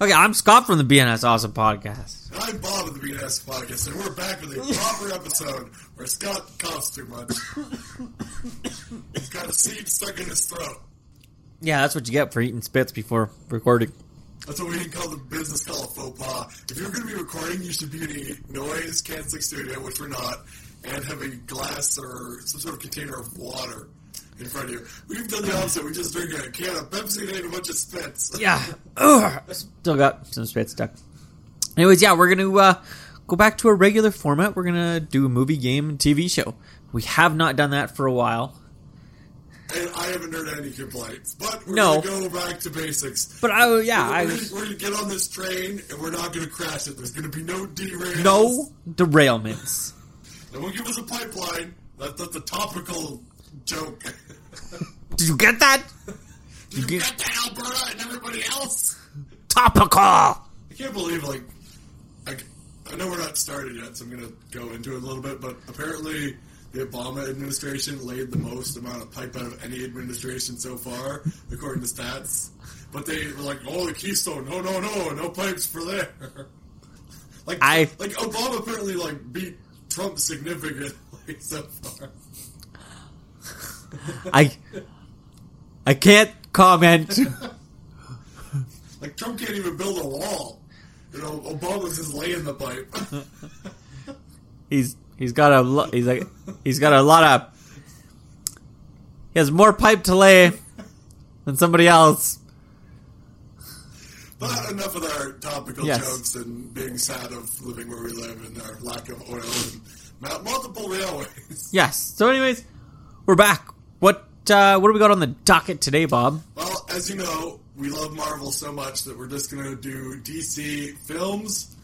Okay, I'm Scott from the BNS Awesome Podcast. And I'm Bob of the BNS Podcast, and we're back with a proper episode where Scott coughs too much. He's got a seed stuck in his throat. Yeah, that's what you get for eating spits before recording. That's what we can call the business call a faux pas. If you're going to be recording, you should be in a noise canceling studio, which we're not, and have a glass or some sort of container of water in front of you. We've done the opposite. We just drink a can of Pepsi and ate a bunch of spits. Yeah. Ugh. Still got some spit stuck. Anyways, yeah, we're gonna uh, go back to our regular format. We're gonna do a movie, game, and TV show. We have not done that for a while. And I haven't heard any complaints. But we're No. going to go back to basics. But I, yeah, I we're, was we're gonna get on this train and we're not gonna crash it. There's gonna be no derails. no derailments. They won't give us a pipeline. That, that's a topical joke. Did you get that? you get- got to Alberta and everybody else. Topical. I can't believe like I, I know we're not started yet, so I'm gonna go into it a little bit. But apparently, the Obama administration laid the most amount of pipe out of any administration so far, according to stats. But they were like, "Oh, the Keystone! No, no, no, no pipes for there." like I- like Obama apparently like beat Trump significantly so far. I I can't comment. Like Trump can't even build a wall. You know, Obama's just laying the pipe. He's he's got a lo- he's like he's got a lot of he has more pipe to lay than somebody else. But enough of our topical Yes. jokes and being sad of living where we live and our lack of oil and mul- multiple railways. Yes. So, anyways, we're back. What uh, what do we got on the docket today, Bob? Well, as you know, we love Marvel so much that we're just going to do DC films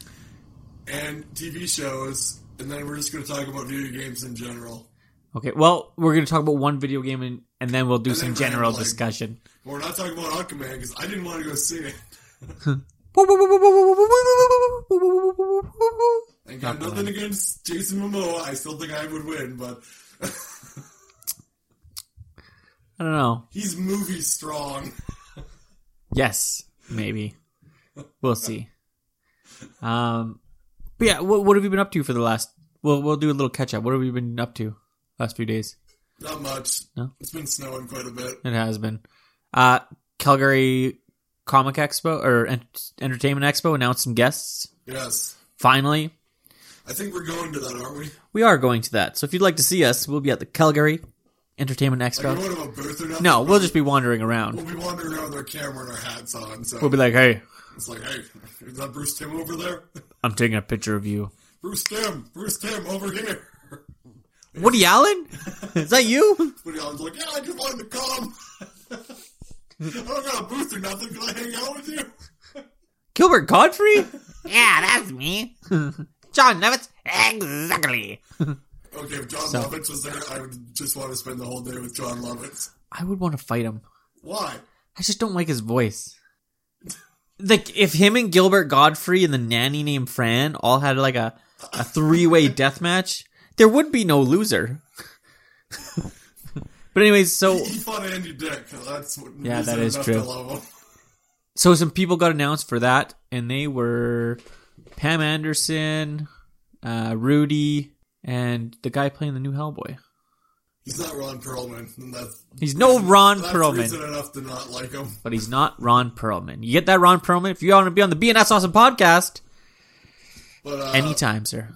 and TV shows, and then we're just going to talk about video games in general. Okay. Well, we're gonna talk about one video game and, and then we'll do And some then we're general gonna, like- discussion. We're not talking about Aquaman because I didn't want to go see it. And got Aquaman. nothing against Jason Momoa. I still think I would win, but I don't know. he's movie strong. Yes, maybe. We'll see. Um, but yeah, what, what have you been up to for the last? We'll we'll do a little catch up. What have we been up to last few days? Not much. No? It's been snowing quite a bit. It has been. Uh, Calgary Comic Expo or Ent- Entertainment Expo announced some guests. Yes. Finally, I think we're going to that, aren't we? we are going to that. So if you'd like to see us, we'll be at the Calgary Entertainment Like, we Expo. won't have a booth or nothing. No, we'll just be wandering around. We'll be wandering around with our camera and our hats on, so We'll be like, "Hey, it's like, hey, is that Bruce Tim over there? I'm taking a picture of you." Bruce Tim! Bruce Tim over here! Woody Allen? Is that you? Woody Allen's like, yeah, I just wanted to come! I don't got a booth or nothing, can I hang out with you? Gilbert Godfrey? yeah, that's me. John Lovitz? Exactly. Okay, if John Lovitz was there, I would just want to spend the whole day with John Lovitz. I would want to fight him. Why? I just don't like his voice. Like if him and Gilbert Godfrey and the nanny named Fran all had like a, a three way death match, there would be no loser. but anyways, so He fought Andy Dick. That's what Yeah, reason that is enough true. To love him. so some people got announced for that, and they were Pam Anderson, uh, Rudy, and the guy playing the new Hellboy. He's not Ron Perlman, and that's He's no Ron That's Perlman, reason enough to not like him. but he's not Ron Perlman. You get that Ron Perlman? If you want to be on the BNS Awesome podcast, But uh, anytime, sir.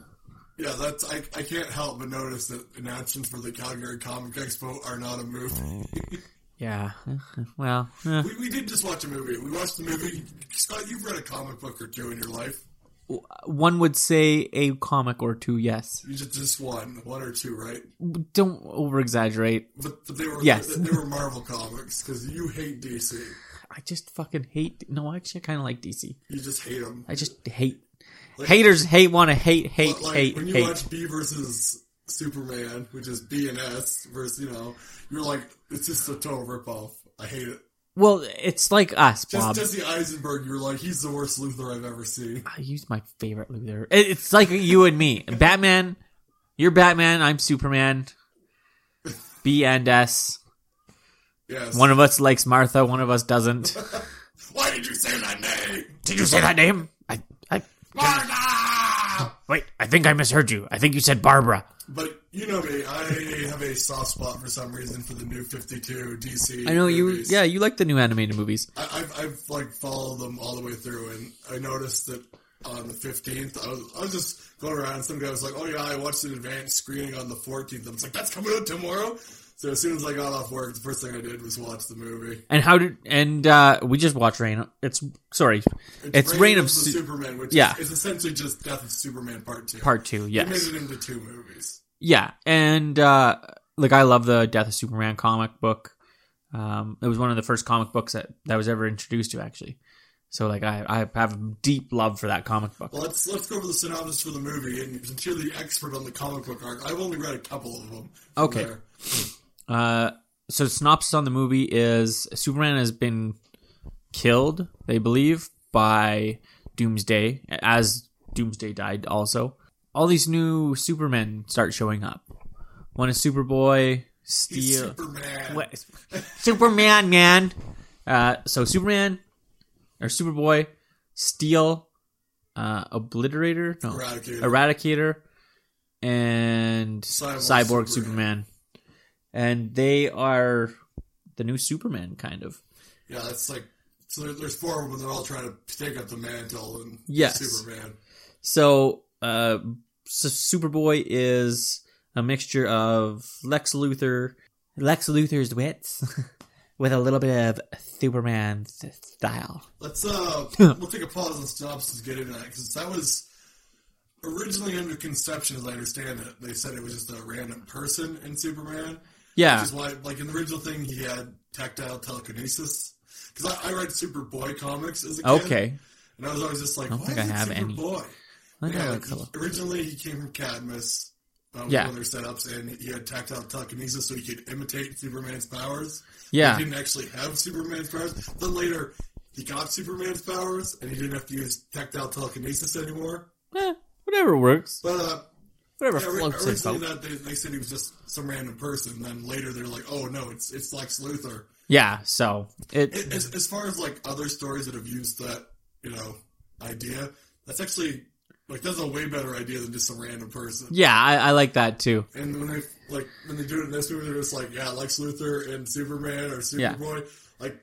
yeah, that's I, I can't help but notice that announcements for the Calgary Comic Expo are not a movie. Yeah. Well. eh. We, we did just watch a movie. We watched the movie. Scott, you've read a comic book or two in your life. one would say a comic or two yes You just just one, one or two, right? don't over exaggerate But, but they were Yes. they, they were Marvel comics because you hate DC. i just fucking hate no actually i kind of like dc You just hate them. i just hate Like- haters hate want to hate hate But, like hate when you hate watch B versus Superman, which is B and S versus you know, you're like it's just a total ripoff. I hate it. well it's like us Just bob Jesse Eisenberg, you're like he's the worst Luthor I've ever seen. i use my favorite Luther. It- it's like you and me batman you're batman i'm superman b and s Yes. one of us likes martha one of us doesn't Why did you say my name? Did you say that name? I, I Martha! wait. I think I misheard you. I think you said Barbara. But you know me, I have a soft spot for some reason for the new 52 DC. I know you. movies. Yeah, you like the new animated movies. I, I've, I've like followed them all the way through, and I noticed that on the 15th, I was, I was just going around, and some guy was like, oh yeah, I watched an advanced screening on the 14th. I was like, that's coming out tomorrow? So as soon as I got off work, the first thing I did was watch the movie. And how did? And uh, we just watched Rain. It's sorry, it's, Rain, of the Su- Superman, which yeah. is, is essentially just Death of Superman Part 2. Part Two. They Yes. made it into two movies. Yeah, and uh, like I love the Death of Superman comic book. Um, it was one of the first comic books that, that was ever introduced to, actually. So like I, I have a deep love for that comic book. Well, let's let's go over the synopsis for the movie, and since you're the expert on the comic book arc, I've only read a couple of them. from Okay. there. Uh, so synopsis on the movie is Superman has been killed, they believe, by Doomsday, as Doomsday died also. All these new Supermen start showing up. One is Superboy, He's Steel. Superman. uh, What? Superman, man. Uh, so Superman or Superboy, Steel, uh, Obliterator, no, Eradicator. Eradicator, and Cyborg Cyborg, Superman. Superman. and they are the new Superman, kind of. Yeah, that's like so. There, there's four of them, and they're all trying to take up the mantle and Yes. Superman. So, uh, so Superboy is a mixture of Lex Luthor, Lex Luthor's wits, with a little bit of Superman style. Let's uh, we'll take a pause on synopsis to get into that because that was originally under conception, as I understand it. They said it was just a random person in Superman. Yeah. Which is why, like in the original thing, he had tactile telekinesis. Because I, I read Superboy comics as a kid. Okay. And I was always just like, don't why think is I it have any. Superboy? I don't Yeah, like color. originally he came from Cadmus. Um, Yeah. One of their setups, and he had tactile telekinesis, so he could imitate Superman's powers. He Yeah. didn't actually have Superman's powers. Then later, he got Superman's powers, and he didn't have to use tactile telekinesis anymore. Eh, whatever works. But uh, Whatever yeah, ori- floats his originally boat. that they, they said he was just some random person. Then later they're like, oh no, it's it's Lex Luthor. Yeah, so It- it As, as far as like other stories that have used that, you know, idea, that's actually like that's a way better idea than just some random person. yeah, I, I like that too. And when they like when they do it in this movie, they're just like, yeah, Lex Luthor and Superman or Yeah. Superboy. Like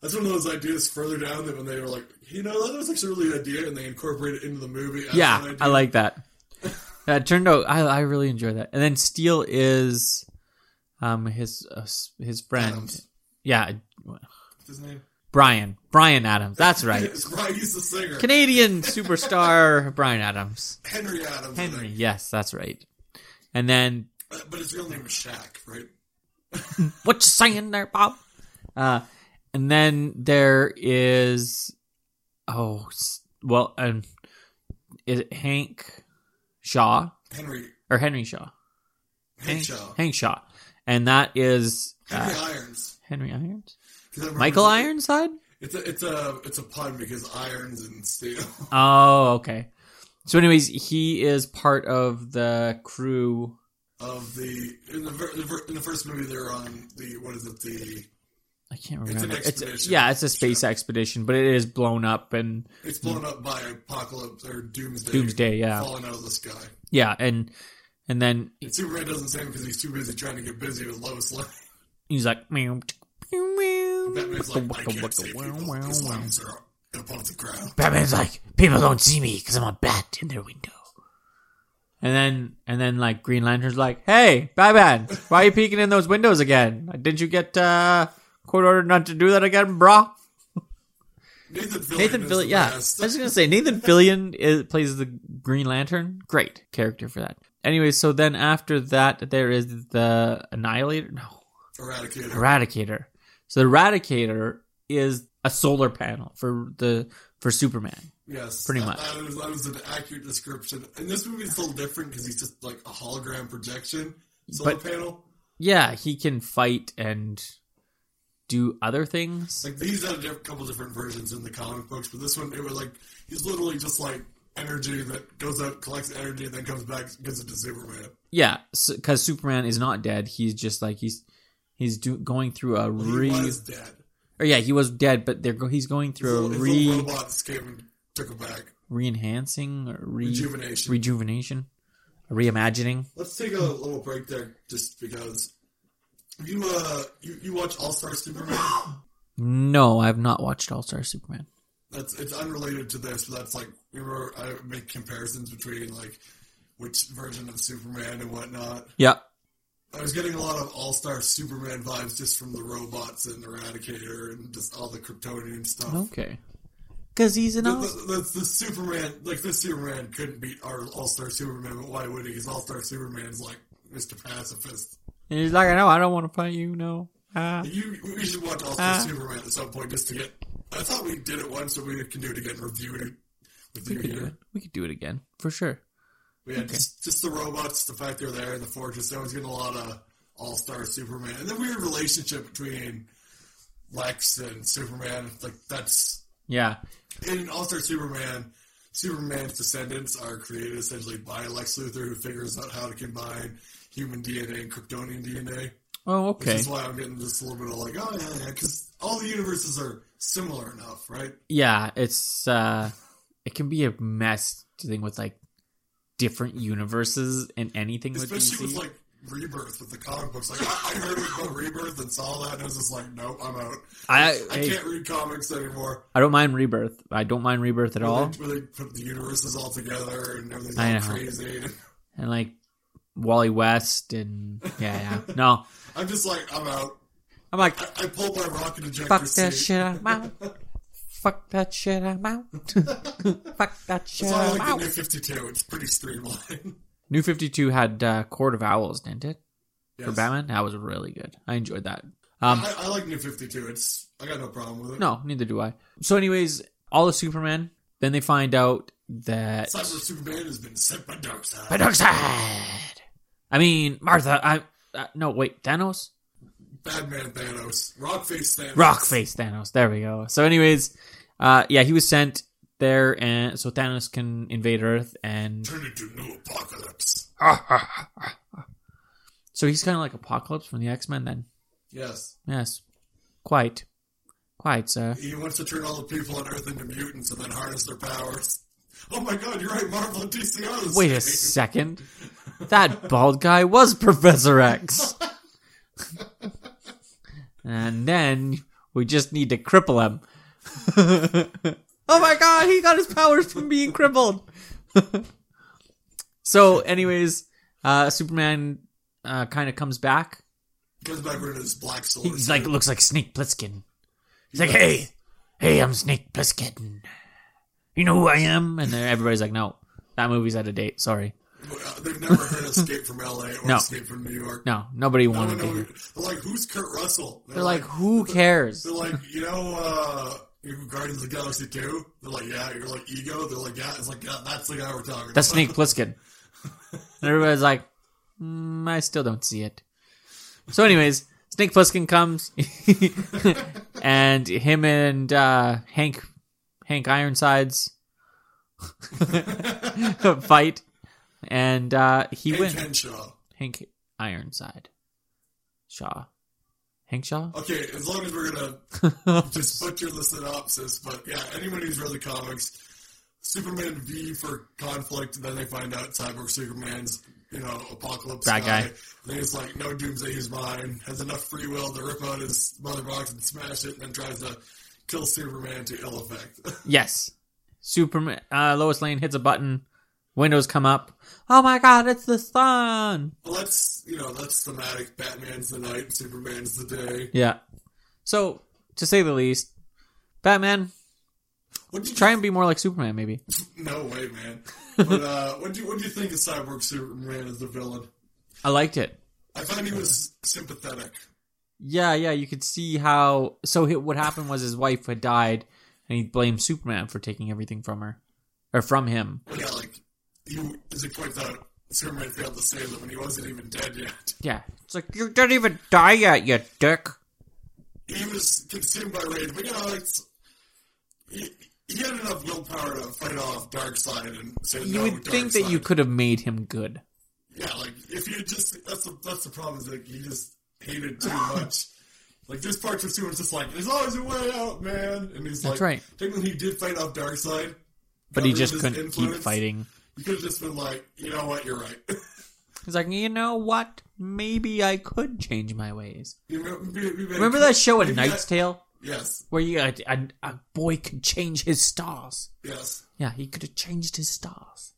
that's one of those ideas further down that when they were like, you know, that was actually a really good idea, and they incorporate it into the movie. as an Yeah, idea. I like that. That turned out I, I really enjoy that. And then Steel is um his uh, s- his friend. Adams. Yeah, What's his name. Brian. Brian Adams. That's right. It's right. He's the singer. Canadian superstar Brian Adams. Henry Adams. I Henry. think. Yes, that's right. And then But- But his real name was Shaq, right? What you saying there, Bob? Uh, and then there is, oh, s- well, um, is it Hank Shaw Henry. or Henry Shaw? Hank Shaw. Hank Shaw, and that is Henry uh, Irons. Henry Irons, 'Cause I remember Michael it's a- Ironside. It's a it's a it's a pun because irons and steel. Oh, okay. So, anyways, he is part of the crew. Of Um, the in the, ver- the ver- in the first movie they're on the what is it the I can't It's an remember. expedition. yeah, it's a space expedition, but it is blown up and It's blown up by apocalypse or doomsday. Doomsday. Yeah, falling out of the sky. yeah, and and then And Superman doesn't save him because he's too busy trying to get busy with Lois Lane. He's like, meow, tick, pew, meow. Batman's like, I Wicka, can't wicka, save wow, people. wow, His wow. lungs are above the ground. Batman's like, people don't see me because I'm a bat in their window. And then, and then, like Green Lantern's like, "Hey, Batman, why are you peeking in those windows again? Didn't you get uh, court ordered not to do that again, brah?" Nathan Fillion. Nathan is Fillion, the yeah, I was best. just gonna say Nathan Fillion is, plays the Green Lantern. Great character for that. Anyway, so then after that, there is the Annihilator. No, Eradicator. Eradicator. So the Eradicator is a solar panel for the for Superman. yes, pretty that- much. That was, that was an accurate description. And this movie's a little different because he's just like a hologram projection solar But- panel. Yeah, he can fight and do other things. Like these had a diff- couple different versions in the comic books, but this one it was like he's literally just like energy that goes out, collects energy, and then comes back, gives it to Superman. yeah, because Superman is not dead. He's just like he's he's do- going through a He re was dead. or yeah, he was dead, but they're go- he's going through His a little- his little re robots came and took him back. re-enhancing, or re- Rejuvenation. rejuvenation, a reimagining. Let's take a little break there, just because you uh you, you watch All Star Superman. No, I have not watched All Star Superman. That's it's unrelated to this. But that's like we were I make comparisons between like which version of Superman and whatnot. Yeah, I was getting a lot of All Star Superman vibes just from the robots and Eradicator and just all the Kryptonian stuff. okay, because he's an The, all- the, the, the Superman, like this Superman, couldn't beat our All Star Superman. But why would he? Because All Star Superman's like Mr. Pacifist. and he's like, no, I don't want to fight you. No, ah, You, we should watch All Star Ah. Superman at some point just to get. I thought we did it once, so we can do it again. Review it with we you could do it. here. We could do it again for sure. But yeah, just, just the robots, the fact they're there in the fortress. I was getting a lot of All Star Superman, and the weird relationship between Lex and Superman. Like that's Yeah, in All Star Superman, Superman's descendants are created essentially by Lex Luthor, who figures out how to combine human DNA and Kryptonian DNA. Oh, Which okay. is why I'm getting just a little bit of like, oh yeah, yeah, because all the universes are similar enough, right? Yeah, it's uh it can be a mess dealing with like different universes and anything with DC. Especially with like Rebirth with the comic books. Like I I heard about Rebirth and saw that, and I was just like, nope, I'm out. I I hey, can't read comics anymore. I don't mind Rebirth. I don't mind Rebirth at Where all. they, where they put the universes all together and everything's I all know. crazy. And like Wally West and yeah, yeah. No. I'm just like, I'm out. I'm like I, I pulled my rocket ejector fuck that seat. shit I'm out. Fuck that shit I'm out. Fuck that shit It's not I'm like the out. new 52. It's pretty streamlined. New 52 had uh, Court of Owls, didn't it? For Yes. Batman? That was really good. I enjoyed that. Um I, I like new 52. It's I got no problem with it. No, neither do I. So, anyways, all of Superman. Then they find out that Cyber Superman has been sent by Darkseid. uh, Peroxide. I mean, Martha. I uh, no wait, Thanos. Batman Thanos. Rockface Thanos. Rockface Thanos. There we go. So, anyways, uh, yeah, he was sent there, and so Thanos can invade Earth, and Turn into new apocalypse. so he's kind of like Apocalypse from the X Men. Then, Yes. yes, quite, quite, sir. He wants to turn all the people on Earth into mutants and then harness their powers. Oh my god, you're right, Marvel and DC are the Wait a same. second. That bald guy was Professor X. and then we just need to cripple him. oh my god, he got his powers from being crippled. so, anyways, uh, Superman uh, kind of comes back. Comes back wearing his black sword. He's like, looks like Snake Plissken. He's like, hey, hey, I'm Snake Plissken. You know who I am? And then everybody's like, no, that movie's out of date. Sorry. Uh, They've never heard Escape from LA or No. Escape from New York. No, nobody No, wanted no, to no. hear. They're like, who's Kurt Russell? They're like, who cares? They're like, you know, uh, you know Guardians of the Galaxy 2? They're like, yeah. You're like, Ego? They're like, yeah. It's like, yeah, that's the guy we're talking That's about. Snake Plissken. And everybody's like, mm, I still don't see it. So, anyways, Snake Plissken comes, and him and uh, Hank Hank Ironsides fight, and uh, he Hank wins. Henshaw. Hank Ironside, Shaw, Hank Shaw. Okay, as long as we're going to just butcher the synopsis, but yeah, anyone who's read the comics, Superman V for conflict, and then they find out Cyborg Superman's, you know, apocalypse Bad guy. And then he's like, no, Doomsday is mine. Has enough free will to rip out his mother box and smash it, and then tries to kill Superman to ill effect. Yes. Superman. Uh, Lois Lane hits a button. Windows come up. Oh my God! It's the sun. Well, that's you know that's thematic. Batman's the night, Superman's the day. Yeah. So, to say the least, Batman, What do you try and be more like Superman, maybe. No way, man. But uh, what do you what do you think of Cyborg Superman as the villain? I liked it. I find he was sympathetic. Yeah, yeah, you could see how. So, hi- what happened was his wife had died, and he blamed Superman for taking everything from her. Or from him. Yeah, like you as you point out, Superman failed to save him, and he wasn't even dead yet. Yeah. It's like, you didn't even die yet, you dick. He was consumed by rage, but you know it's he, he had enough willpower to fight off Darkseid and say You no. would think that Darkseid. you could have made him good. Yeah, like if you just that's the that's the problem is like you just hated too much. Like this part for Sue is just like, there's always a way out, man. And he's That's like, right. technically he did fight off Darkseid, But got he rid just of his couldn't keep influence. fighting. You could have just been like, you know what, you're right. He's like, you know what? Maybe I could change my ways. You remember, you Remember that show A maybe Knight's that- Tale Yes, where you a, a, a boy could change his stars? yes, Yeah, he could have changed his stars.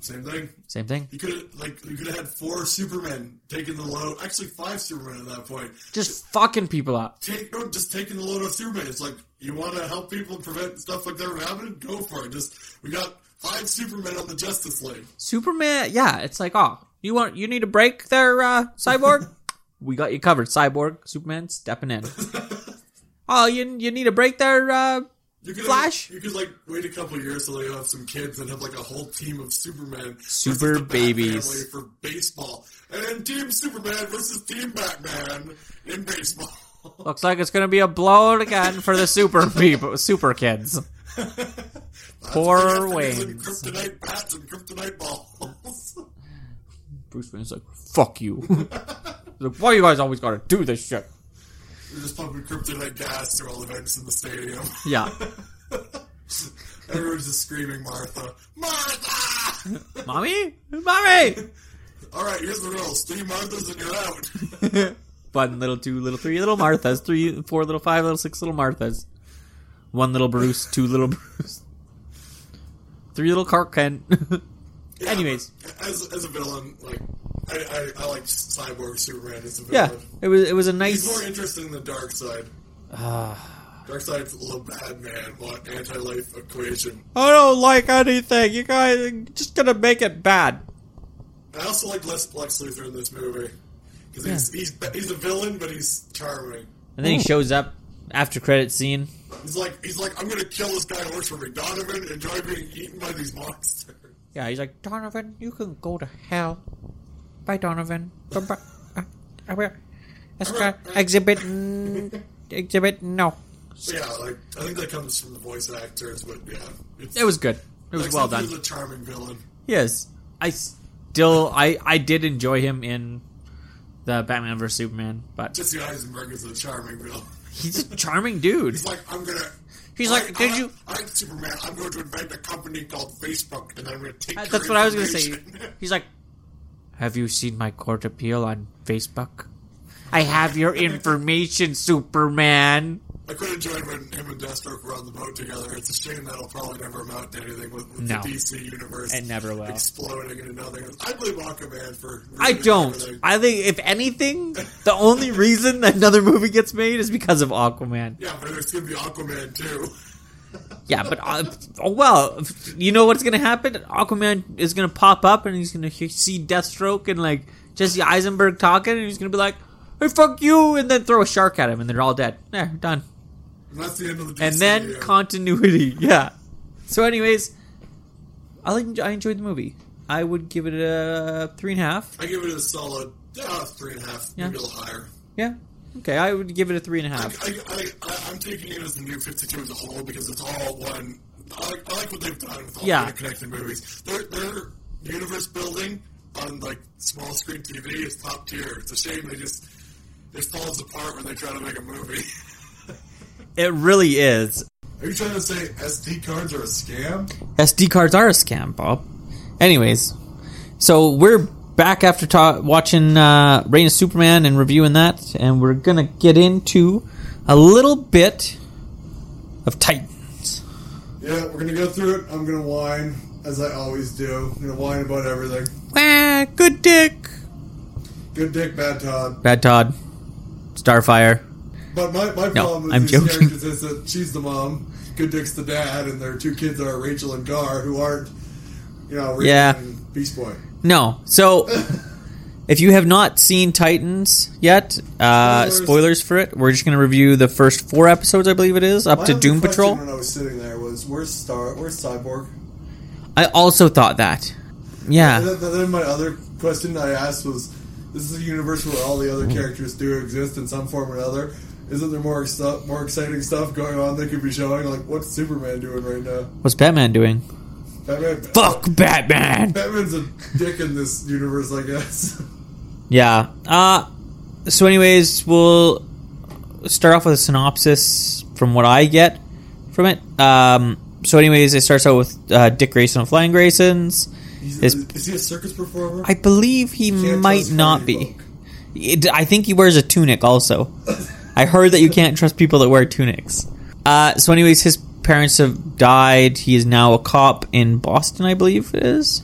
same thing. Same thing. You could have like you could have had four Supermen taking the load. Actually, five Supermen at that point. Just fucking people up. Take no, just taking the load of Superman. It's like you want to help people and prevent stuff like that from happening. Go for it. Just we got five Supermen on the Justice League. Superman. Yeah, it's like, oh, you want you need a break there, uh, Cyborg. we got you covered, Cyborg. Superman stepping in. oh, you you need a break there, uh, You could Flash? you could like wait a couple years till they have some kids and have like a whole team of Supermen, versus Super the Bat babies. family for baseball, and then Team Superman versus Team Batman in baseball. Looks like it's gonna be a blowout again for the super people, super kids. Poor That's what they have to do, Waynes. Kryptonite bats and kryptonite balls. Bruce Wayne's like, "Fuck you." He's like, why you guys always gotta do this shit? They're just pumping kryptonite gas through all the vents in the stadium. Yeah, Everyone's just screaming, Martha. Martha! mommy, mommy. all right, here's the rules. Three Marthas and you're out. One little two, little three, little Marthas. Three, four, little five, little six, little Marthas. One little Bruce, two little Bruce, three little Clark Kent. Anyways, As, as a villain, like, I, I, I like Cyborg Superman as a yeah, villain. it was it was a He's more nice. interested in the dark side. dark side's a little bad man, what anti-life equation. I don't like anything. You guys are just gonna make it bad. I also like Les Lex Luthor in this movie. Because he's, he's, he's a villain, but he's charming. And then he shows up after credit scene. He's like, he's like, I'm gonna kill this guy who works for McDonovan and enjoy being eaten by these monsters. Yeah, he's like, Donovan, you can go to hell. Bye, Donovan. Bye-bye. Uh, I will- Let's go. Exhibit. n- Exhibit. No. So yeah, like I think that comes from the voice actors, but yeah, it's, It was good. It was Lex well Luthor's done. a charming villain. Yes, I still I I did enjoy him in the Batman vs Superman, but Jesse Eisenberg is a charming villain. he's a charming dude. He's like, I'm gonna. He's I- like, did I, you- I'm Superman. I'm going to invent a company called Facebook, and I'm gonna take. Uh, your That's what I was gonna say. information." He's like, have you seen my court appeal on Facebook? I have your information, Superman. I could enjoy when him and Deathstroke were on the boat together. It's a shame that'll probably never amount to anything with, with No. the DC universe. It never will. Exploding into nothing. I blame Aquaman for. I ruining don't. everything. I think if anything, the only reason that another movie gets made is because of Aquaman. Yeah, but there's gonna be Aquaman too. Yeah, but uh, oh well, you know what's gonna happen? Aquaman is gonna pop up and he's gonna he- see Deathstroke and like Jesse Eisenberg talking, and he's gonna be like, "Hey, fuck you!" and then throw a shark at him, and they're all dead. Yeah, done. And that's the end of the. and then DCU. continuity. Yeah. So, anyways, I like I enjoyed the movie. I would give it a three and a half. I give it a solid uh, three and a half, maybe Yeah. a little higher. Yeah. Okay, I would give it a three and a I, half. I, I, I, I'm taking it as the new 52 as a whole because it's all one. I like, I like what they've done with all Yeah. the interconnected movies. Their, their universe building on like small screen TV is top tier. It's a shame they just it falls apart when they try to make a movie. It really is. Are you trying to say SD cards are a scam? SD cards are a scam, Bob. Anyways, so we're back after ta- watching uh, Reign of Superman and reviewing that, and we're gonna get into a little bit of Titans. Yeah, we're gonna go through it. I'm gonna whine as I always do. I'm gonna whine about everything. Ah, good dick. Good dick, bad Todd. Bad Todd. Starfire. But my, my No, problem with I'm these joking. characters is that she's the mom, Good Dick's the dad, and their two kids are Rachel and Gar, who aren't, you know, Rachel Yeah. and Beast Boy. No. So, if you have not seen Titans yet, uh, Spoilers. spoilers for it. We're just going to review the first four episodes, I believe it is, up My to only Doom question Patrol. When I was sitting there, was where's Star? Where's Cyborg? I also thought that. And Yeah. then, then my other question I asked was, this is a universe where all the other Hmm. characters do exist in some form or another. Isn't there more stuff, more exciting stuff going on they could be showing? Like, what's Superman doing right now? What's Batman doing? Batman, Fuck Batman. Batman's a dick in this universe, I guess. Yeah. Uh so anyways, we'll start off with a synopsis from what I get from it. Um, so, anyways, it starts out with uh, Dick Grayson of Flying Graysons. He's, It's- is he a circus performer? I believe he can't might trust not Freddy be. It, I think he wears a tunic also. I heard that you can't trust people that wear tunics. Uh, so, anyways, his parents have died. He is now a cop in Boston, I believe it is.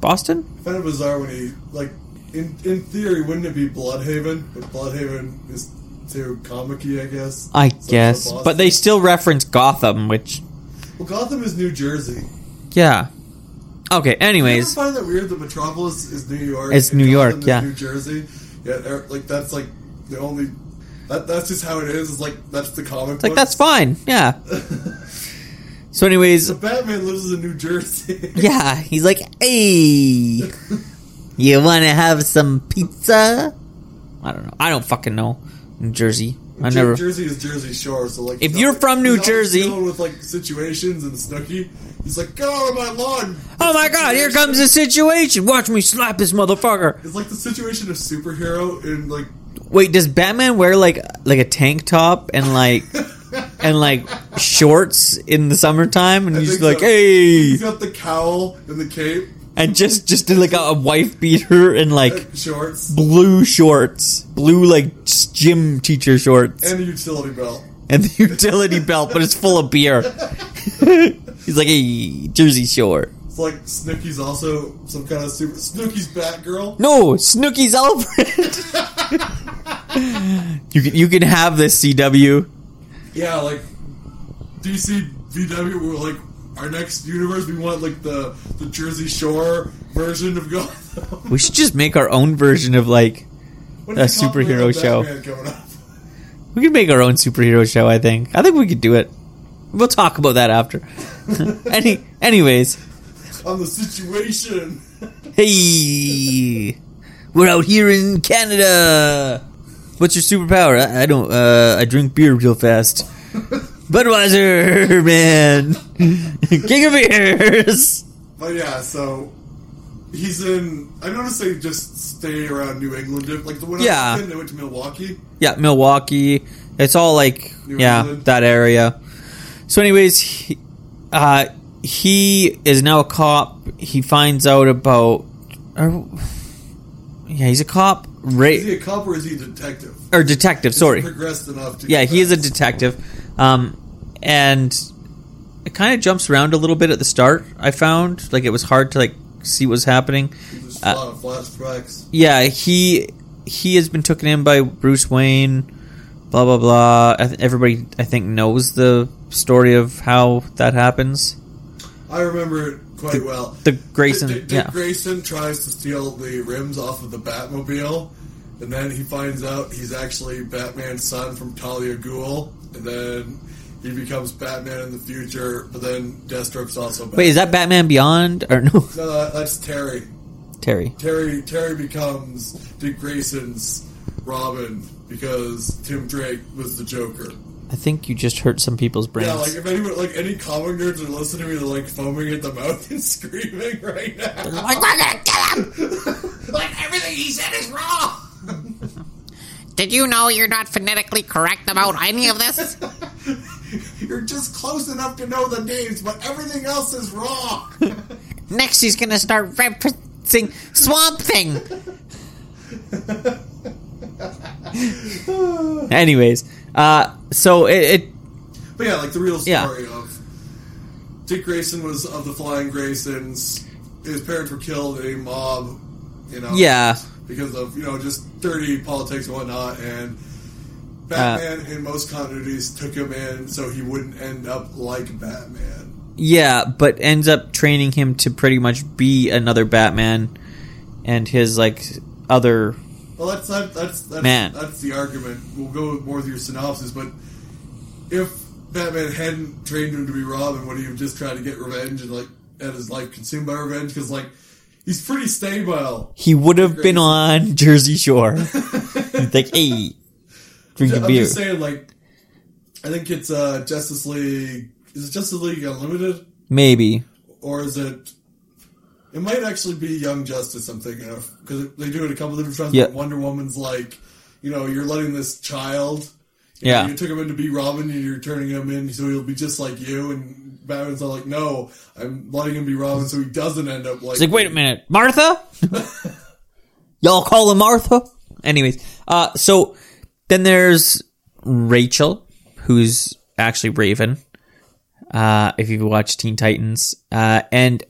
Boston? kind of bizarre when he like in in theory wouldn't it be Bloodhaven? But Bloodhaven is too comic-y, I guess. I So it's a guess. But they Boston. still reference Gotham, which. well Gotham is New Jersey. Yeah. Okay, You ever anyways. find that weird? The Metropolis is New York. It's and New York, Gotham is yeah. New Jersey. Yeah, they're- like that's like the only. That, that's just how it is. It's like that's the comic. It's like, book. that's fine. Yeah. So, anyways, The Batman lives in New Jersey. yeah, he's like, hey, you want to have some pizza? I don't know. I don't fucking know. New Jersey. I Jer- never. Jersey is Jersey Shore, so like If he's you're always- from New he's always Jersey- dealing with like situations and Snooki, he's like, "Go on my lawn." Oh my god, here comes the situation. Watch me slap this motherfucker. It's like the situation of superhero in like Wait, does Batman wear like like a tank top and like and like shorts in the summertime and I he's think just like, so. "Hey." He's got the cowl and the cape And just just did like a, a wife beater and like and shorts blue shorts, blue like just gym teacher shorts. and a utility belt. and the utility belt, but it's full of beer. He's like, hey, Jersey Shore. It's like Snooki's also some kind of super Snooki's Batgirl. No, Snooky's Alfred. you can you can have this CW. Yeah, like DC VW we're like our next universe we want like the the Jersey Shore version of Gotham. We should just make our own version of like What A if you call it superhero show. Batman coming up? we could make our own superhero show. I think I think we could do it. We'll talk about that after. Any anyways, on the situation. hey, we're out here in Canada. What's your superpower? I, I don't. Uh, I drink beer real fast. Budweiser, man, king of beers. But yeah, so he's in. I noticed they just stay around New England. Like the when I Yeah. was a kid, they went to Milwaukee. Yeah, Milwaukee. It's all like New yeah England. that area. So, anyways, he, uh, he is now a cop. He finds out about. Or, yeah, he's a cop. Is he Ray a cop or is he a detective? or detective. He's Sorry, progressed enough. To yeah, he is a detective, um, and it kind of jumps around a little bit at the start. I found like it was hard to like see what was happening. There's uh, a lot of flashbacks. Yeah, he he has been taken in by Bruce Wayne. Blah blah blah. I th- everybody I think knows the story of how that happens. I remember it quite well. The Grayson, Dick, Dick yeah, Grayson tries to steal the rims off of the Batmobile, and then he finds out he's actually Batman's son from Talia Ghul, and then he becomes Batman in the future. But then Deathstroke's also. Batman. wait, is that Batman Beyond or no? No, that- that's Terry. Terry. Terry Terry becomes Dick Grayson's Robin because Tim Drake was the Joker. I think you just hurt some people's Yeah, like brains. if anyone, like any comic nerds are listening to me, they're like foaming at the mouth and screaming right now. Like, we're gonna kill him. like everything he said is wrong. Did you know you're not phonetically correct about any of this? You're just close enough to know the names, but everything else is wrong. Next, she's gonna start referencing Swamp Thing. Anyways, uh, so it, it But yeah, like the real Yeah. story of Dick Grayson was of the Flying Graysons. His parents were killed in a mob. You know. yeah. because of you know just dirty politics and whatnot. And Batman Uh, in most continuities took him in so he wouldn't end up like Batman. Yeah, but ends up training him to pretty much be another Batman and his like other Well, that's not, that's that's, Man. that's the argument. We'll go with more with your synopsis, but if Batman hadn't trained him to be Robin, would he have just tried to get revenge and like had his life consumed by revenge? Because like he's pretty stable. he would have been on Jersey Shore. He's like, hey, drinking I'm beer. just saying, like I think it's uh, Justice League. Is it Justice League Unlimited? Maybe. or is it? It might actually be Young Justice. I'm thinking of because they do it a couple different times. Yeah. But Wonder Woman's like, you know, you're letting this child Yeah. You took him in to be Robin, and you're turning him in so he'll be just like you. And Batman's all like, "No, I'm letting him be Robin, so he doesn't end up like." It's like, wait a minute, Martha? Y'all call him Martha? Anyways, uh, so then there's Rachel, who's actually Raven. Uh, if you've watched Teen Titans, uh, and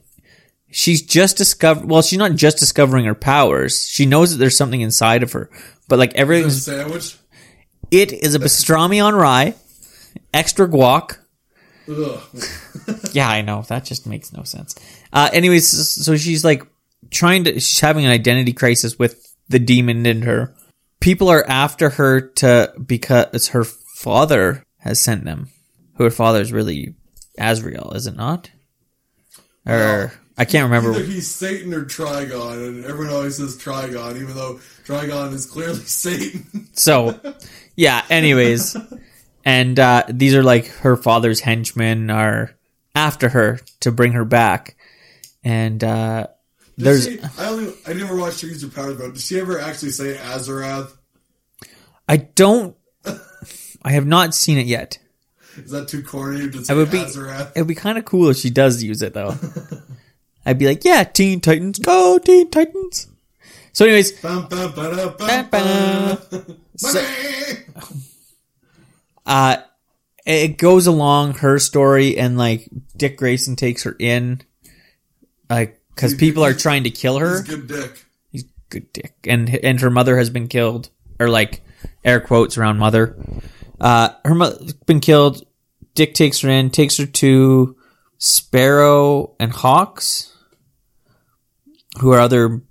she's just discovered. Well, she's not just discovering her powers. She knows that there's something inside of her, but like a everything's sandwich. it is a pastrami on rye, extra guac, Ugh. yeah, I know. That just makes no sense. Uh, anyways, so she's like trying to, she's having an identity crisis with the demon in her. People are after her to, because her father has sent them. Who her father is really Azrael, is it not? Or, I can't Either remember. he's Satan or Trigon, and everyone always says Trigon, even though Trigon is clearly Satan. So, yeah, anyways. And, uh, these are like her father's henchmen are after her to bring her back. And, uh, Did there's, she- I only, I never watched her use her powers, but did she ever actually say Azarath? I don't. I have not seen it yet. Is that too corny to I say would be. Azarath? It would be kind of cool if she does use it though. I'd be like, yeah, Teen Titans, go Teen Titans. So, anyways, Bum, bum, ba-da, bum, Ba, ba. bum. Money! uh, it goes along her story, and like Dick Grayson takes her in, like because people are trying to kill her. He's a good dick. he's good dick and and her mother has been killed or like air quotes around mother uh her mother's been killed dick takes her in takes her to sparrow and hawks who are other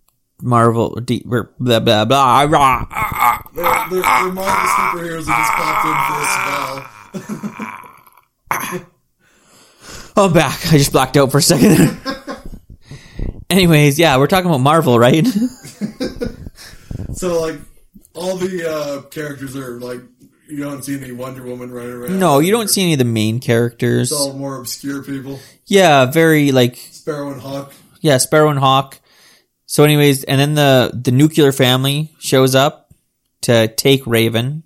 marvel D, or blah blah blah rah, ah, ah. They're, they're, they're Marvel superheroes that just popped in for a spell. i'm Oh, back i just blacked out for a second anyways yeah we're talking about marvel right So, like, all the uh, characters are, like, you don't see any Wonder Woman running around. no you don't see any of the main characters It's all more obscure people. yeah very like Sparrow and Hawk. yeah, Sparrow and Hawk. So, anyways, and then the the nuclear family shows up to take Raven,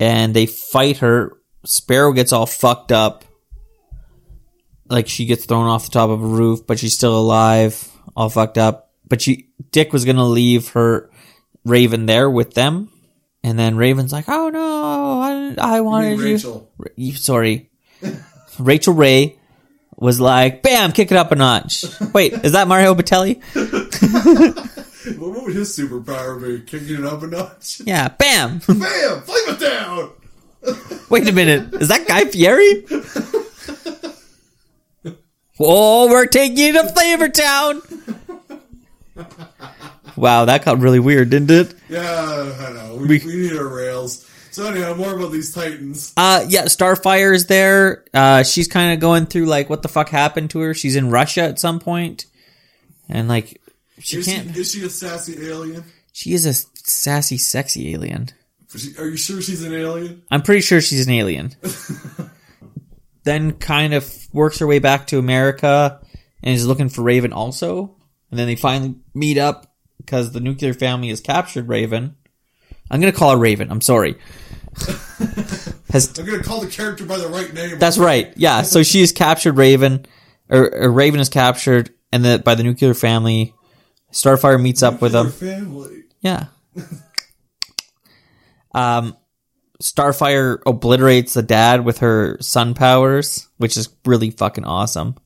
and they fight her. Sparrow gets all fucked up, like she gets thrown off the top of a roof, but she's still alive, all fucked up. But she Dick was gonna leave her Raven there with them, and then Raven's like, "Oh no, I I Me wanted and you." Rachel. Ra- you- sorry, Rachel Ray was like, "Bam, kick it up a notch." Wait, is that Mario Batelli? What what would his superpower be? Kicking it up a notch? Yeah, bam. Bam! Flame it down! Wait a minute, is that Guy Fieri? Oh, we're taking you to Flavortown. Wow, that got really weird, didn't it? Yeah, I know. We, We- we, need our rails. So anyhow, more about these Titans. Uh, yeah, Starfire is there. Uh, she's kind of going through like what the fuck happened to her. She's in Russia at some point, and like she Is she, can't. is she a sassy alien? She is a sassy, sexy alien. Is she- Are you sure she's an alien? I'm pretty sure she's an alien. then kind of works her way back to America and is looking for Raven also. And then they finally meet up because the nuclear family has captured Raven. I'm gonna call her Raven. I'm sorry. has I'm gonna call the character by the right name. that's right. Yeah. So she is captured. Raven, or, or Raven is captured, and the, by the nuclear family. Starfire meets up with Your them. family. Yeah. um, Starfire obliterates the dad with her sun powers, which is really fucking awesome,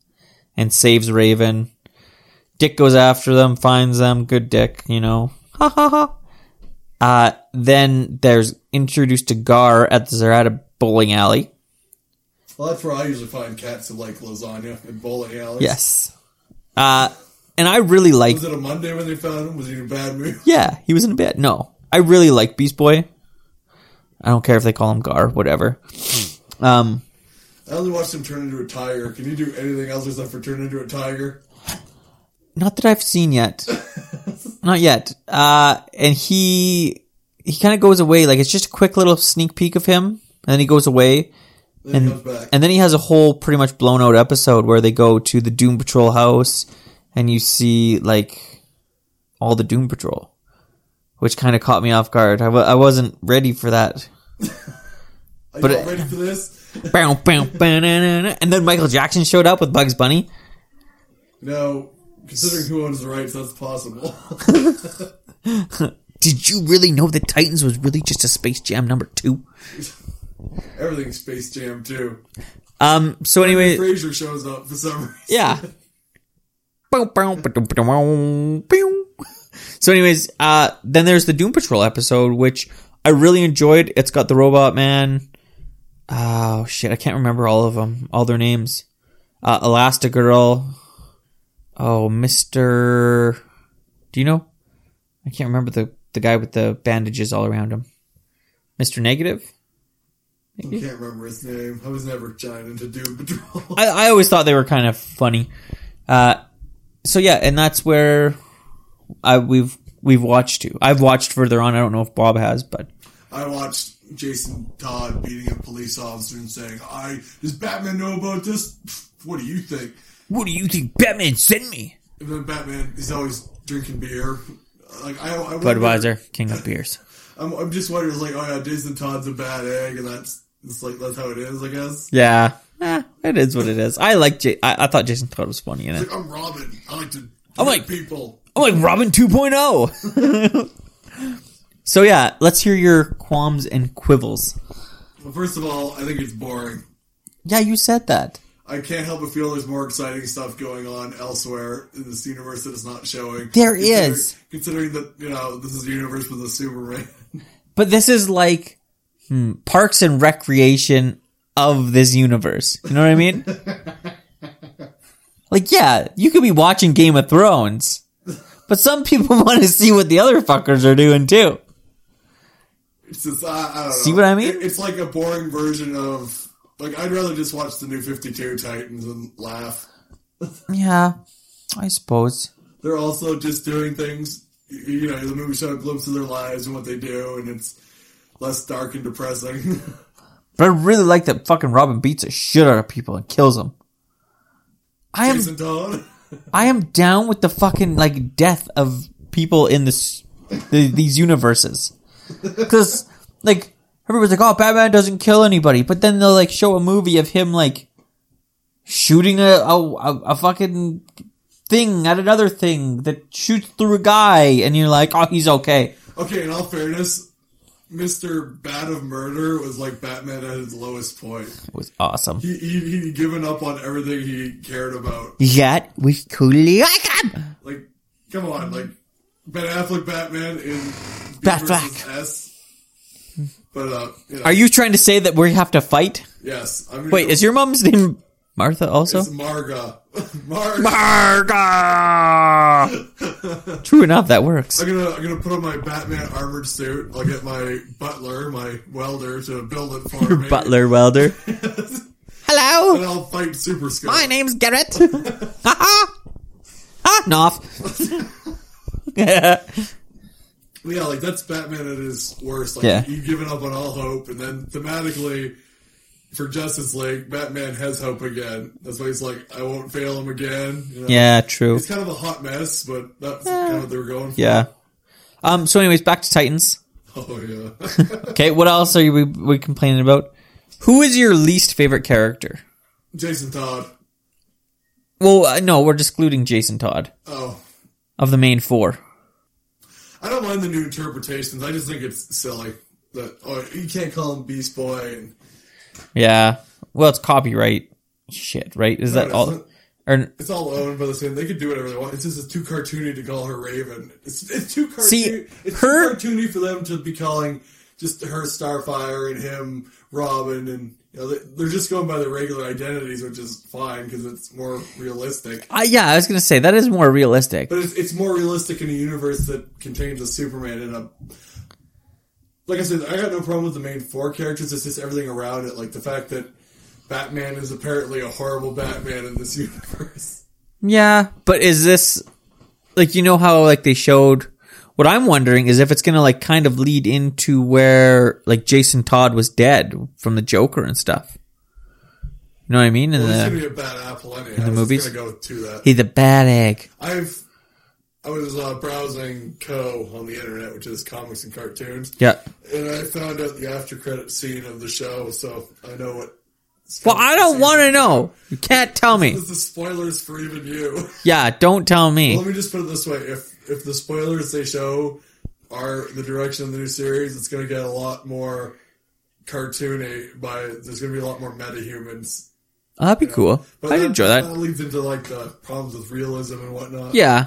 and saves Raven. Dick goes after them, finds them. Good Dick, you know. Ha ha ha. Uh, then there's introduced to Gar at the Zerata bowling alley. Well, that's where I usually find cats who like lasagna and bowling alleys. Yes. Uh, and I really like. Was it a Monday when they found him? Was he in a bad mood? Yeah, he was in a bed. No, I really like Beast Boy. I don't care if they call him Gar, whatever. Um, I only watched him turn into a tiger. Can you do anything else except for turn into a tiger? not that I've seen yet, not yet. Uh, and he he kind of goes away. Like it's just a quick little sneak peek of him, and then he goes away. Then he comes back. And then he has a whole pretty much blown out episode where they go to the Doom Patrol house and you see like all the Doom Patrol, which kind of caught me off guard. I w- I wasn't ready for that. Are But you all it- ready for this? Bow, bow, ba-na-na-na. and then Michael Jackson showed up with Bugs Bunny. No, considering who owns the rights, that's possible. Did you really know that Titans was really just a Space Jam number two? Everything's Space Jam too. Um. So anyway, Frasier shows up for some reason. yeah. Bow, bow, ba-dum, ba-dum, bow, pew. So, anyways, uh, then there's the Doom Patrol episode, which I really enjoyed. It's got the Robot Man. Oh shit, I can't remember all of them, all their names. Uh, Elastigirl. Oh, Mister. Do you know? I can't remember the the guy with the bandages all around him. Mister Negative. I can't remember his name. I was never giant into Doom Patrol. I, I always thought they were kind of funny. Uh, so yeah, and that's where I we've we've watched to. I've watched further on. I don't know if Bob has, but I watched Jason Todd beating a police officer and saying, "I does Batman know about this? Pfft, What do you think?" what do you think Batman sent me? And then Batman is always drinking beer. Like I, I wonder- Budweiser, king of beers. I'm, I'm just wondering, like, oh yeah, Jason Todd's a bad egg, and that's it's like that's how it is, I guess. Yeah, eh, it is what it is. I like. J- I, I thought Jason Todd was funny in it. Like I'm Robin. I like to. I'm like- hurt people. I'm like Robin oh. 2.0. so yeah, let's hear your qualms and quibbles. Well, first of all, I think it's boring. Yeah, you said that. I can't help but feel there's more exciting stuff going on elsewhere in this universe that is not showing. There There is. is, Considering that, you know, this is the universe with a Superman. But this is like hmm, parks and recreation of this universe. You know what I mean? like, yeah, you could be watching Game of Thrones, but some people want to see what the other fuckers are doing too. It's just, I, I don't know. See what I mean? It- it's like a boring version of, like, I'd rather just watch the new 52 Titans and laugh. Yeah, I suppose. They're also just doing things, y- you know, the movie showed a glimpse of their lives and what they do, and it's less dark and depressing. But I really like that fucking Robin beats the shit out of people and kills them. I am Jason Todd. I am down with the fucking like death of people in this the, these universes because like everybody's like, oh, Batman doesn't kill anybody, but then they'll like show a movie of him like shooting a a, a, a fucking thing at another thing that shoots through a guy, and you're like, oh, he's okay. Okay, in all fairness, Mr. Bat of Murder was like Batman at his lowest point. It was awesome. He, he, he'd given up on everything he cared about. That was coolly awesome. Like, come on, like, Ben Affleck Batman in B Bat versus Flack. S. But, uh, you know, Are you trying to say that we have to fight? yes. I'm gonna Wait, go- is your mom's name Martha also? it's Marga. Marga. True enough, that works. I'm gonna I'm gonna put on my Batman armored suit. I'll get my butler, my welder, to build it for me. Butler welder. and Hello, I'll fight Super Scope. my name's Garrett. Ah, Knopf. Yeah, like that's Batman at his worst. Like Yeah. you've given up on all hope, and then thematically for Justice League, Batman has hope again. That's why he's like, I won't fail him again. you know? yeah, true. It's kind of a hot mess, but that's kind of what they were going for. Yeah. Um. So, anyways, back to Titans. Oh yeah. Okay, what else are you we, we complaining about? Who is your least favorite character? Jason Todd. Well, uh, no, we're excluding Jason Todd Oh. of the main four. I don't mind the new interpretations. I just think it's silly. That oh you can't call him Beast Boy and Yeah. Well, it's copyright shit, right? Is that it all? isn't. Or it's all owned by the same. They could do whatever they want. It's just it's too cartoony to call her Raven. It's, it's too cartoony. See, it's her- too cartoony for them to be calling just her Starfire and him Robin, and you know, they- they're just going by their regular identities, which is fine because it's more realistic. uh, yeah, I was gonna say that is more realistic. But it's, it's more realistic in a universe that contains a Superman and a. Like I said, I got no problem with the main four characters. It's just everything around it, like the fact that Batman is apparently a horrible Batman in this universe. Yeah, but is this like you know how like they showed what I'm wondering is if it's going to like kind of lead into where like Jason Todd was dead from the Joker and stuff. You know what I mean? And Well, he's the, gonna be a bad apple anyway. In movies? gonna go to that. he's a bad egg. I've I was uh, browsing Co on the internet, which is comics and cartoons. Yeah. And I found out the after credit scene of the show, so I know what. Well, I don't want to know. You can't tell me. This is spoilers for even you. Yeah, don't tell me. Let me just put it this way: if if the spoilers they show are the direction of the new series, it's going to get a lot more cartoony. By there's going to be a lot more metahumans. Oh, that'd be cool. But I'd enjoy that. That leads into like the problems with realism and whatnot. Yeah.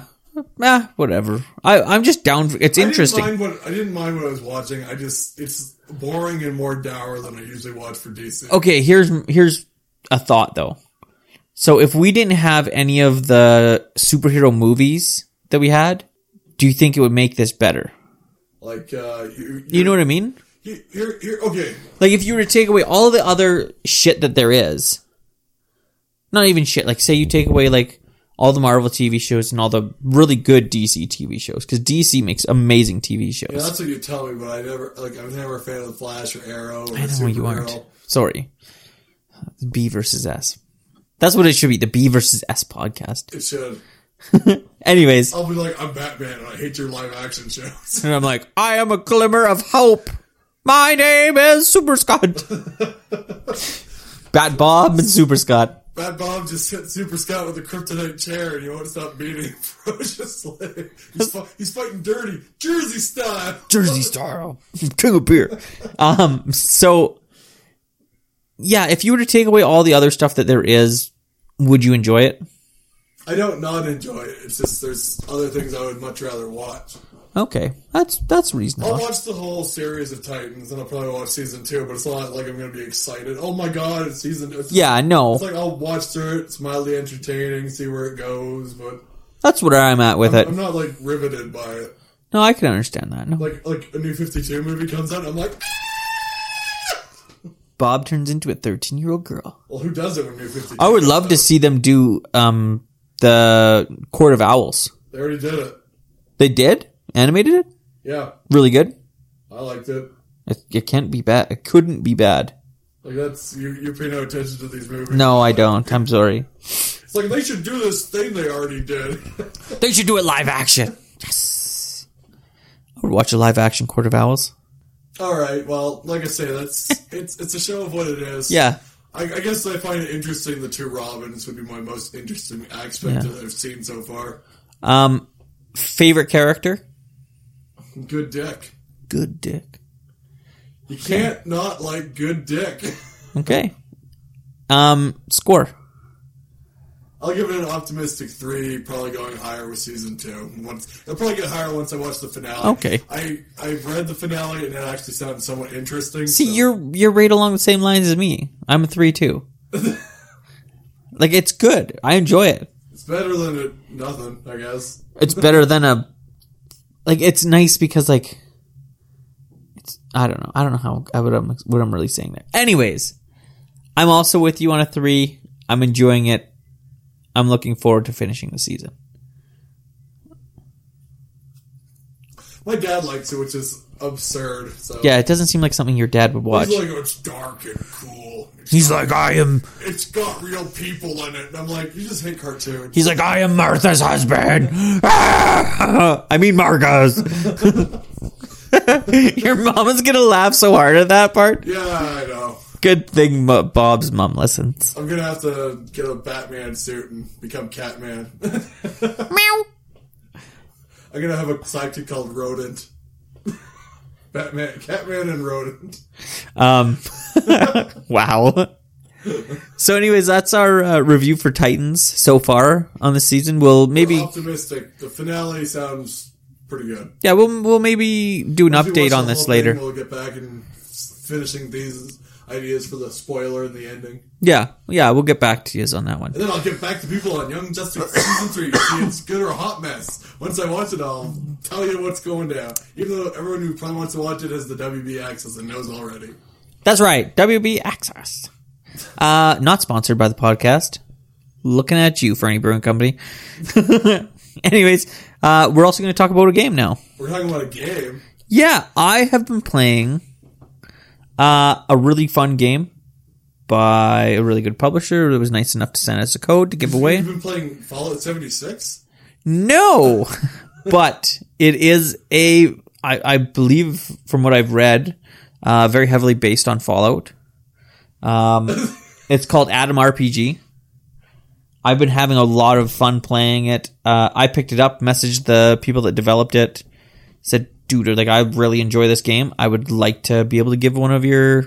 Eh, whatever. I, I'm just down. For, it's I interesting. didn't, mind what, I didn't mind what I was watching. I just it's boring and more dour than I usually watch for DC. Okay, here's here's a thought though. So if we didn't have any of the superhero movies that we had, do you think it would make this better? Like uh, you, You know what I mean? you, you're, you're okay. Like if you were to take away all the other shit that there is, not even shit. Like say you take away like all the Marvel TV shows and all the really good DC TV shows because DC makes amazing TV shows. Yeah, that's what you tell me, but I never like I'm never a fan of the Flash or Arrow. Or I No, you aren't. Sorry. B versus S. That's what it should be. The B versus S podcast. It should. Anyways, I'll be like, I'm Batman, and I hate your live action shows. and I'm like, I am a glimmer of hope. My name is Super Scott. Bat Bob and Super Scott. Bad Bob just hit Super Scott with a kryptonite chair, and he won't stop beating him ferociously. He's, fu- he's fighting dirty, Jersey style. Jersey Star, King of Beer. Um, so yeah, if you were to take away all the other stuff that there is, would you enjoy it? I don't not enjoy it. It's just there's other things I would much rather watch. Okay, that's that's I'll reasonable. watch the whole series of Titans, and I'll probably watch season two. But it's not like I'm going to be excited. Oh my god, it's season. It's, Yeah, no, It's like I'll watch through it. It's mildly entertaining. See where it goes, but that's where I'm at with it. I'm not like riveted by it. No, I can understand that. No. Like like a new Fifty Two movie comes out, I'm like, Bob turns into a 13 year old girl. well, who does it when New Fifty Two? I would love to see them do um, the Court of Owls. They already did it. They did? Animated it? Yeah, Really good. I liked it. It, it can't be bad. It couldn't be bad. Like that's you. You pay no attention to these movies. No, I don't. I'm sorry. It's like they should do this thing they already did. They should do it live action. Yes. I would watch a live action Court of Owls. All right. Well, like I say, that's it's it's a show of what it is. Yeah. I, I guess I find it interesting. The two Robins would be my most interesting aspect that I've seen so far. Um, favorite character? Good Dick. Good dick. You can't not like Good Dick. Okay. Um, score. I'll give it an optimistic three, probably going higher with season two. Once it'll probably get higher once I watch the finale. Okay. I I've read the finale and it actually sounds somewhat interesting. See, so- you're you're right along the same lines as me. I'm a three two. like it's good. I enjoy it. it's better than it, nothing, I guess. It's better than a like. It's nice because like it's I don't know. I don't know how I- what I'm what I'm really saying there. Anyways, I'm also with you on a three. I'm enjoying it. I'm looking forward to finishing the season. My dad likes it, which is absurd. So Yeah, it doesn't seem like something your dad would watch. He's like, oh, it's dark and cool. It's, He's like, I am. it's got real people in it. And I'm like, you just hate cartoons. He's like, I am Martha's husband. Ah! I mean, Marcus. Your mama's gonna laugh so hard at that part. yeah, I know. Good thing Mo- Bob's mom listens. I'm gonna have to get a Batman suit and become Catman. Meow. I'm gonna have a sidekick called Rodent. Batman, Catman, and Rodent. Um, wow. So, anyways, that's our uh, review for Titans so far on the season. We'll maybe, Optimistic. The finale sounds pretty good. yeah, we'll we'll maybe do an If you watch update the on this whole later. Thing, we'll get back and s- finishing these ideas for the spoiler and the ending. Yeah, yeah, we'll get back to you on that one. And then I'll get back to people on Young Justice season three. See, it's good or a hot mess. Once I watch it, I'll tell you what's going down. Even though everyone who probably wants to watch it has the WB access and knows already. That's right, WB Access. Uh, not sponsored by the podcast. Looking at you, Fernie Brewing Company. anyways, uh, we're also going to talk about a game now. We're talking about a game. Yeah, I have been playing uh, a really fun game by a really good publisher that was nice enough to send us a code to give We've away. been playing Fallout 76. No, but it is a I, I believe from what I've read, uh, very heavily based on Fallout. Um, it's called Atom RPG. I've been having a lot of fun playing it. Uh, I picked it up, messaged the people that developed it, said, "Dude, like I really enjoy this game. I would like to be able to give one of your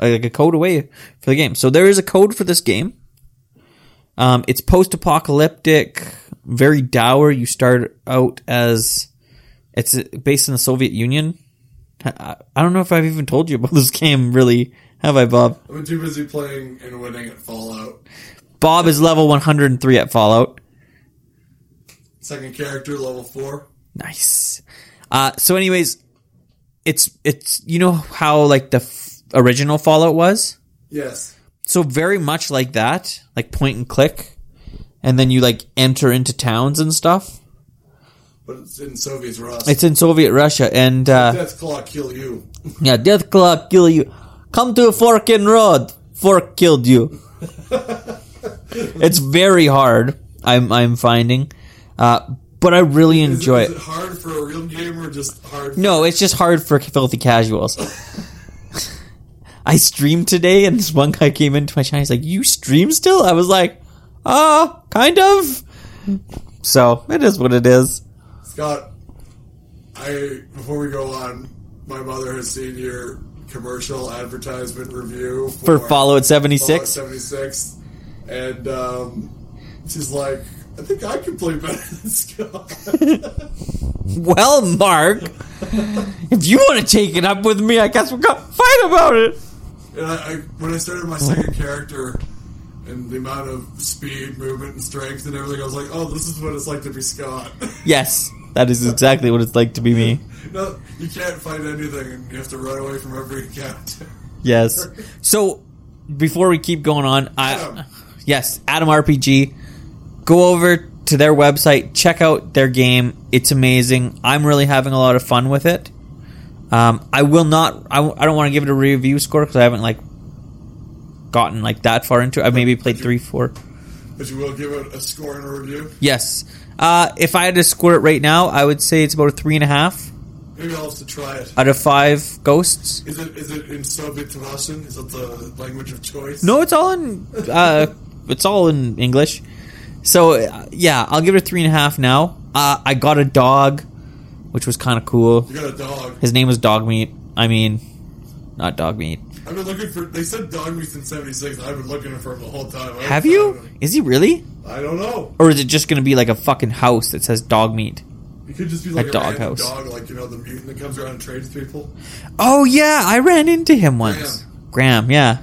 uh, like a code away for the game." So there is a code for this game. Um, it's post-apocalyptic, very dour. You start out as it's based in the Soviet Union. I, I don't know if I've even told you about this game, really. Have I, Bob? I'm too busy playing and winning at Fallout. Bob is level 103 at Fallout. Second character, level four. Nice. Uh, so, anyways, it's it's you know how like the f- original Fallout was. Yes. so very much like that, like point and click, and then you like enter into towns and stuff. But it's in Soviet's Rust. It's in Soviet Russia, and uh, Death Claw kill you. yeah, death clock kill you. Come to a fork in road. Fork killed you. it's very hard. I'm I'm finding, uh, but I really Is enjoy is it. it hard for a real game or just hard? No, it's just hard for filthy casuals. I streamed today, and this one guy came into my channel. He's like, "You stream still?" I was like, "Ah, kind of." So it is what it is. Scott, I before we go on, my mother has seen your commercial advertisement review For Fallout seventy Fallout six, 76, and um, she's like, I think I can play better than Scott. well, Mark, if you want to take it up with me, I guess we will gonna fight about it. and I, I, when I started my second character. And the amount of speed, movement, and strength, and everything, I was like, "Oh, this is what it's like to be Scott." Yes, that is exactly what it's like to be me. no, you can't fight anything, and you have to run away from every encounter. Yes. So before we keep going on, I Adam. yes, Adam RPG. Go over to their website, check out their game. It's amazing. I'm really having a lot of fun with it. Um, I will not. I, w- I don't want to give it a review score because I haven't like gotten like that far into. it. I've maybe played three, four. But you will give it a score and a review. Yes. Uh, if I had to score it right now, I would say it's about a three and a half Maybe I'll have to try it. out of five ghosts. Is it is it in Soviet Russian? Is that the language of choice? No, it's all in. Uh, it's all in English. So uh, yeah, I'll give it a three and a half now. Uh, I got a dog, which was kind of cool. You got a dog. His name was Dog Meat. I mean, not Dog Meat. I've been looking for. They said dog meat in '76. I've been looking for him the whole time. I Have haven't you? found him. Is he really? I don't know. Or is it just gonna be like a fucking house that says Dog Meat? It could just be like a, dog random house. dog, like you know the mutant that comes around and trades people. Oh yeah, I ran into him once. Graham, yeah.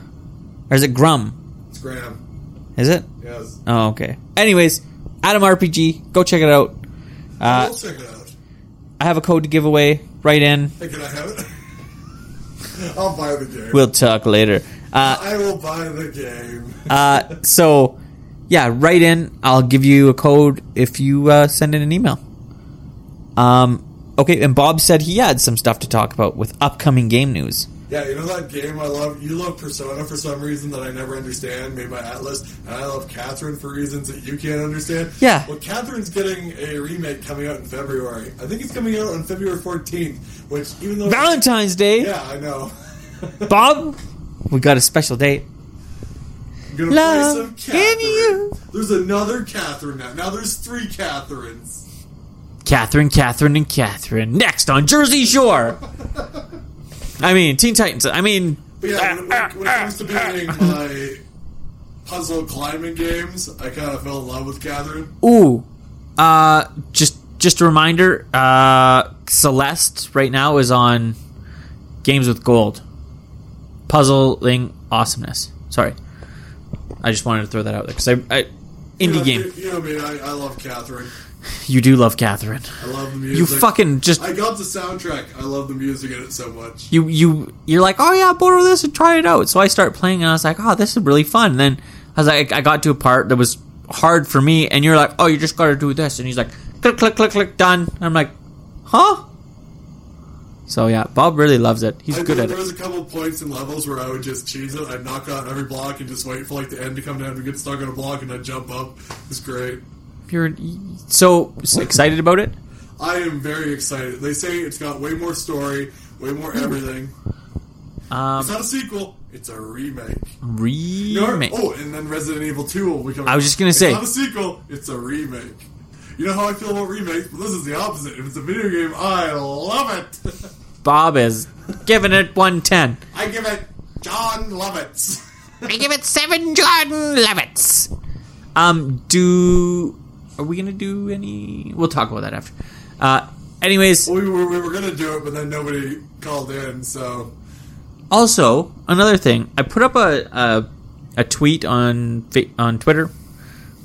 Or is it Grum? It's Graham. Is it? Yes. Oh okay. Anyways, Adam RPG, go check it out. Uh, I'll check it out. I have a code to give away. Right in. Hey, can I have it? I'll buy the game. We'll talk later. Uh, I will buy the game. Uh, so yeah, write in. I'll give you a code if you uh, send in an email. Um, okay, and Bob said he had some stuff to talk about with upcoming game news. Yeah, you know that game I love? You love Persona for some reason that I never understand, made by Atlas, and I love Catherine for reasons that you can't understand. Yeah. Well, Catherine's getting a remake coming out in February. I think it's coming out on February 14th, which even though. Valentine's Day, Yeah, I know. Bob. We got a special date. I'm gonna Love play some in Catherine. you. There's another Catherine now. Now there's three Catherines. Catherine, Catherine, and Catherine. Next on Jersey Shore. I mean, Teen Titans. I mean, But yeah, when, when, when it comes to playing my puzzle climbing games, I kind of fell in love with Catherine. Ooh, uh, just just a reminder. Uh, Celeste right now is on Games with Gold. Puzzling awesomeness. Sorry, I just wanted to throw that out there because I, I You know, indie game. You know me, I, I love Catherine. You do love Catherine. I love the You music. fucking just I got the soundtrack. I love the music in it so much. you you you're like, oh yeah, borrow this and try it out. So I start playing, and I was like, oh, this is really fun. And then I was like, I got to a part that was hard for me, and you're like, oh, you just gotta do this. And he's like, click, click, click, click, done. And I'm like, huh? So yeah, Bob really loves it. He's I good think at there it. was a couple points and levels where I would just cheese it. I'd knock out every block and just wait for like the end to come down to get stuck on a block and I'd jump up. It's great. You're so excited about it. I am very excited. They say it's got way more story, way more Hmm. everything. Um, it's not a sequel; it's a remake. Remake. Oh, and then Resident Evil Two will become. I was just gonna it's say. not a sequel; it's a remake. You know how I feel about remakes, but this is the opposite. If it's a video game, I love it. Bob is giving it 110. I give it John Lovitz. I give it seven Jordan Levitts. Um, do are we gonna do any? We'll talk about that after. Uh, anyways, we were we were gonna do it, but then nobody called in, so also another thing, I put up a a, a tweet on fa- on Twitter.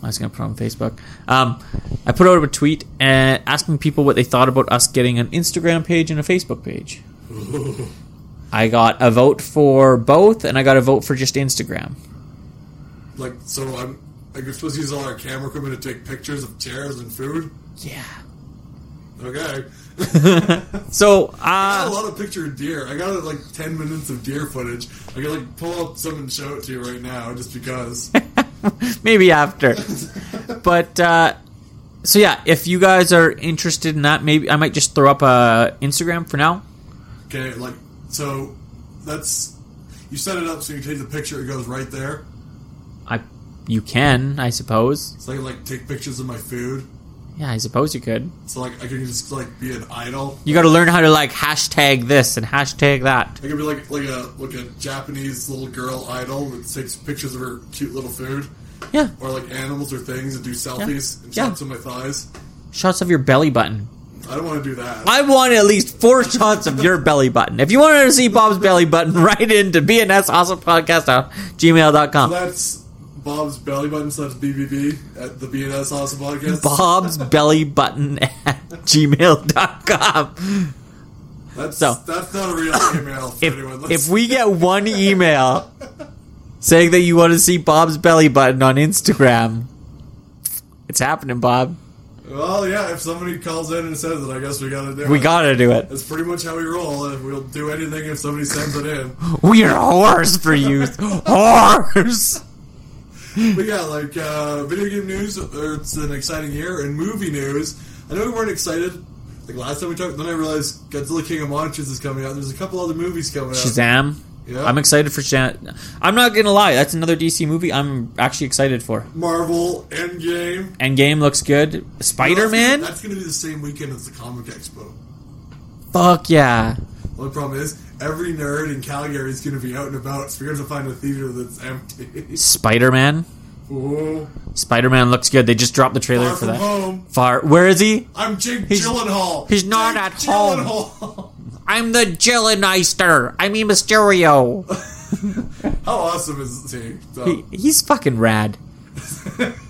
I was gonna put it on Facebook. Um, I put out a tweet uh, asking people what they thought about us getting an Instagram page and a Facebook page. I got a vote for both, and I got a vote for just Instagram. like so I'm like we're supposed to use all our camera equipment to take pictures of chairs and food. Yeah. Okay. So, I got uh, a lot of picture of deer. I got like ten minutes of deer footage. I can like pull up some and show it to you right now, just because. maybe after. but uh, so yeah, if you guys are interested in that, maybe I might just throw up a Instagram for now. okay, like so that's you set it up so you take the picture. It goes right there. I you can, I suppose. So I can like take pictures of my food. Yeah, I suppose you could. So like I can just like be an idol. You got to learn how to like hashtag this and hashtag that. I could be like like a like a Japanese little girl idol that takes pictures of her cute little food, Yeah, or like animals or things and do selfies and Yeah. shots of my thighs. shots of your belly button. I don't want to do that. I want at least four shots of your belly button. If you want to see Bob's belly button, write into BNS Awesome Podcast at gmail.com. That's Bob's belly button slash BBB at the BNS Awesome Podcast. Bob's belly button at gmail.com. that's so- that's not a real email for anyone. if, Let's- if we get one email saying that you want to see Bob's belly button on Instagram, it's happening, Bob. well, yeah, if somebody calls in and says it, I guess we gotta do We it. gotta do it. That's pretty much how we roll. and We'll do anything if somebody sends it in. We are whores for you. Whores! But yeah, like uh, video game news, uh, it's an exciting year, and movie news. I know we weren't excited like last time we talked. Then I realized Godzilla King of Monsters is coming out. And there's a couple other movies coming out. Shazam. Yeah. I'm excited for Shazam. I'm not gonna lie, that's another DC movie I'm actually excited for. Marvel Endgame. Endgame looks good. Spider Man? That's going to be the same weekend as the Comic Expo. Fuck yeah. The only problem is every nerd in Calgary is going to be out and about, so we're going to find a theater that's empty. Spider Man? Ooh. Spider Man looks good. They just dropped the trailer Far for from that. home. Far. Where is he? I'm Jake He's- Gyllenhaal. he's not Jake at home. Gyllenhaal. I'm the Gilleneister. I mean Mysterio. How awesome is he? So, He- he's fucking rad.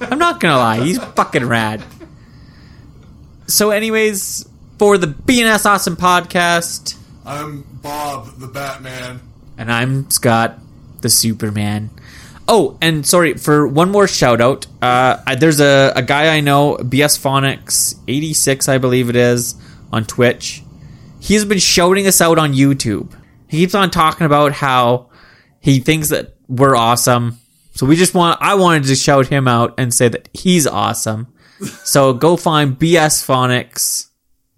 I'm not gonna lie, he's fucking rad. So, anyways, for the BNS Awesome podcast, I'm Bob the Batman. and I'm Scott, the Superman. Oh, and sorry for one more shout out. Uh, I- there's a, a guy I know, BS Phonics eighty six, I believe it is, on Twitch. He's been shouting us out on YouTube. He keeps on talking about how he thinks that we're awesome. So we just want I wanted to shout him out and say that he's awesome. So go find BS Phonics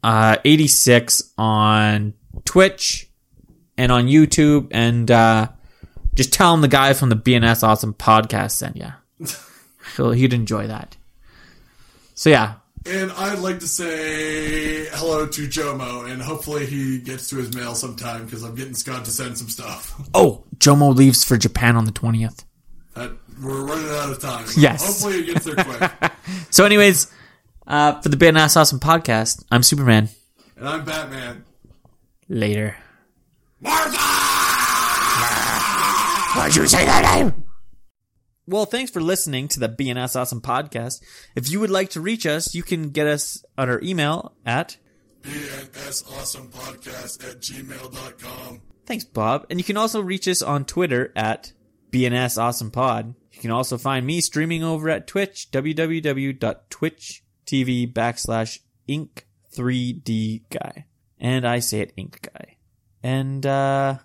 uh, eighty six on Twitch and on YouTube, and uh, just tell him the guy from the BNS Awesome podcast sent you. He'll, he'd enjoy that. So yeah, And I'd like to say hello to Jomo, and hopefully he gets to his mail sometime because I'm getting Scott to send some stuff. Oh, Jomo leaves for Japan on the 20th. That, we're running out of time. Yes. Hopefully he gets there quick. So, anyways, uh, for the BNS Awesome podcast, I'm Superman. and I'm Batman. Later. Why'd you say that name? Well, thanks for listening to the BNS Awesome podcast. If you would like to reach us, you can get us on our email at BNSAwesomePodcast at gmail.com. Thanks, Bob. And you can also reach us on Twitter at BNS Awesome Pod. You can also find me streaming over at Twitch, www.twitch.tv backslash Inc3D Guy. And I say it Inc Guy. And, uh,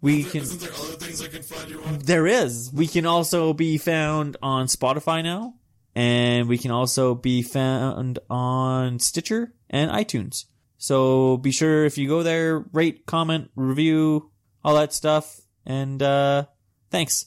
we can, Isn't there other things I can find you on? there is. We can also be found on Spotify now And we can also be found on Stitcher and iTunes. So be sure if you go there, rate, comment, review, all that stuff. And uh, thanks.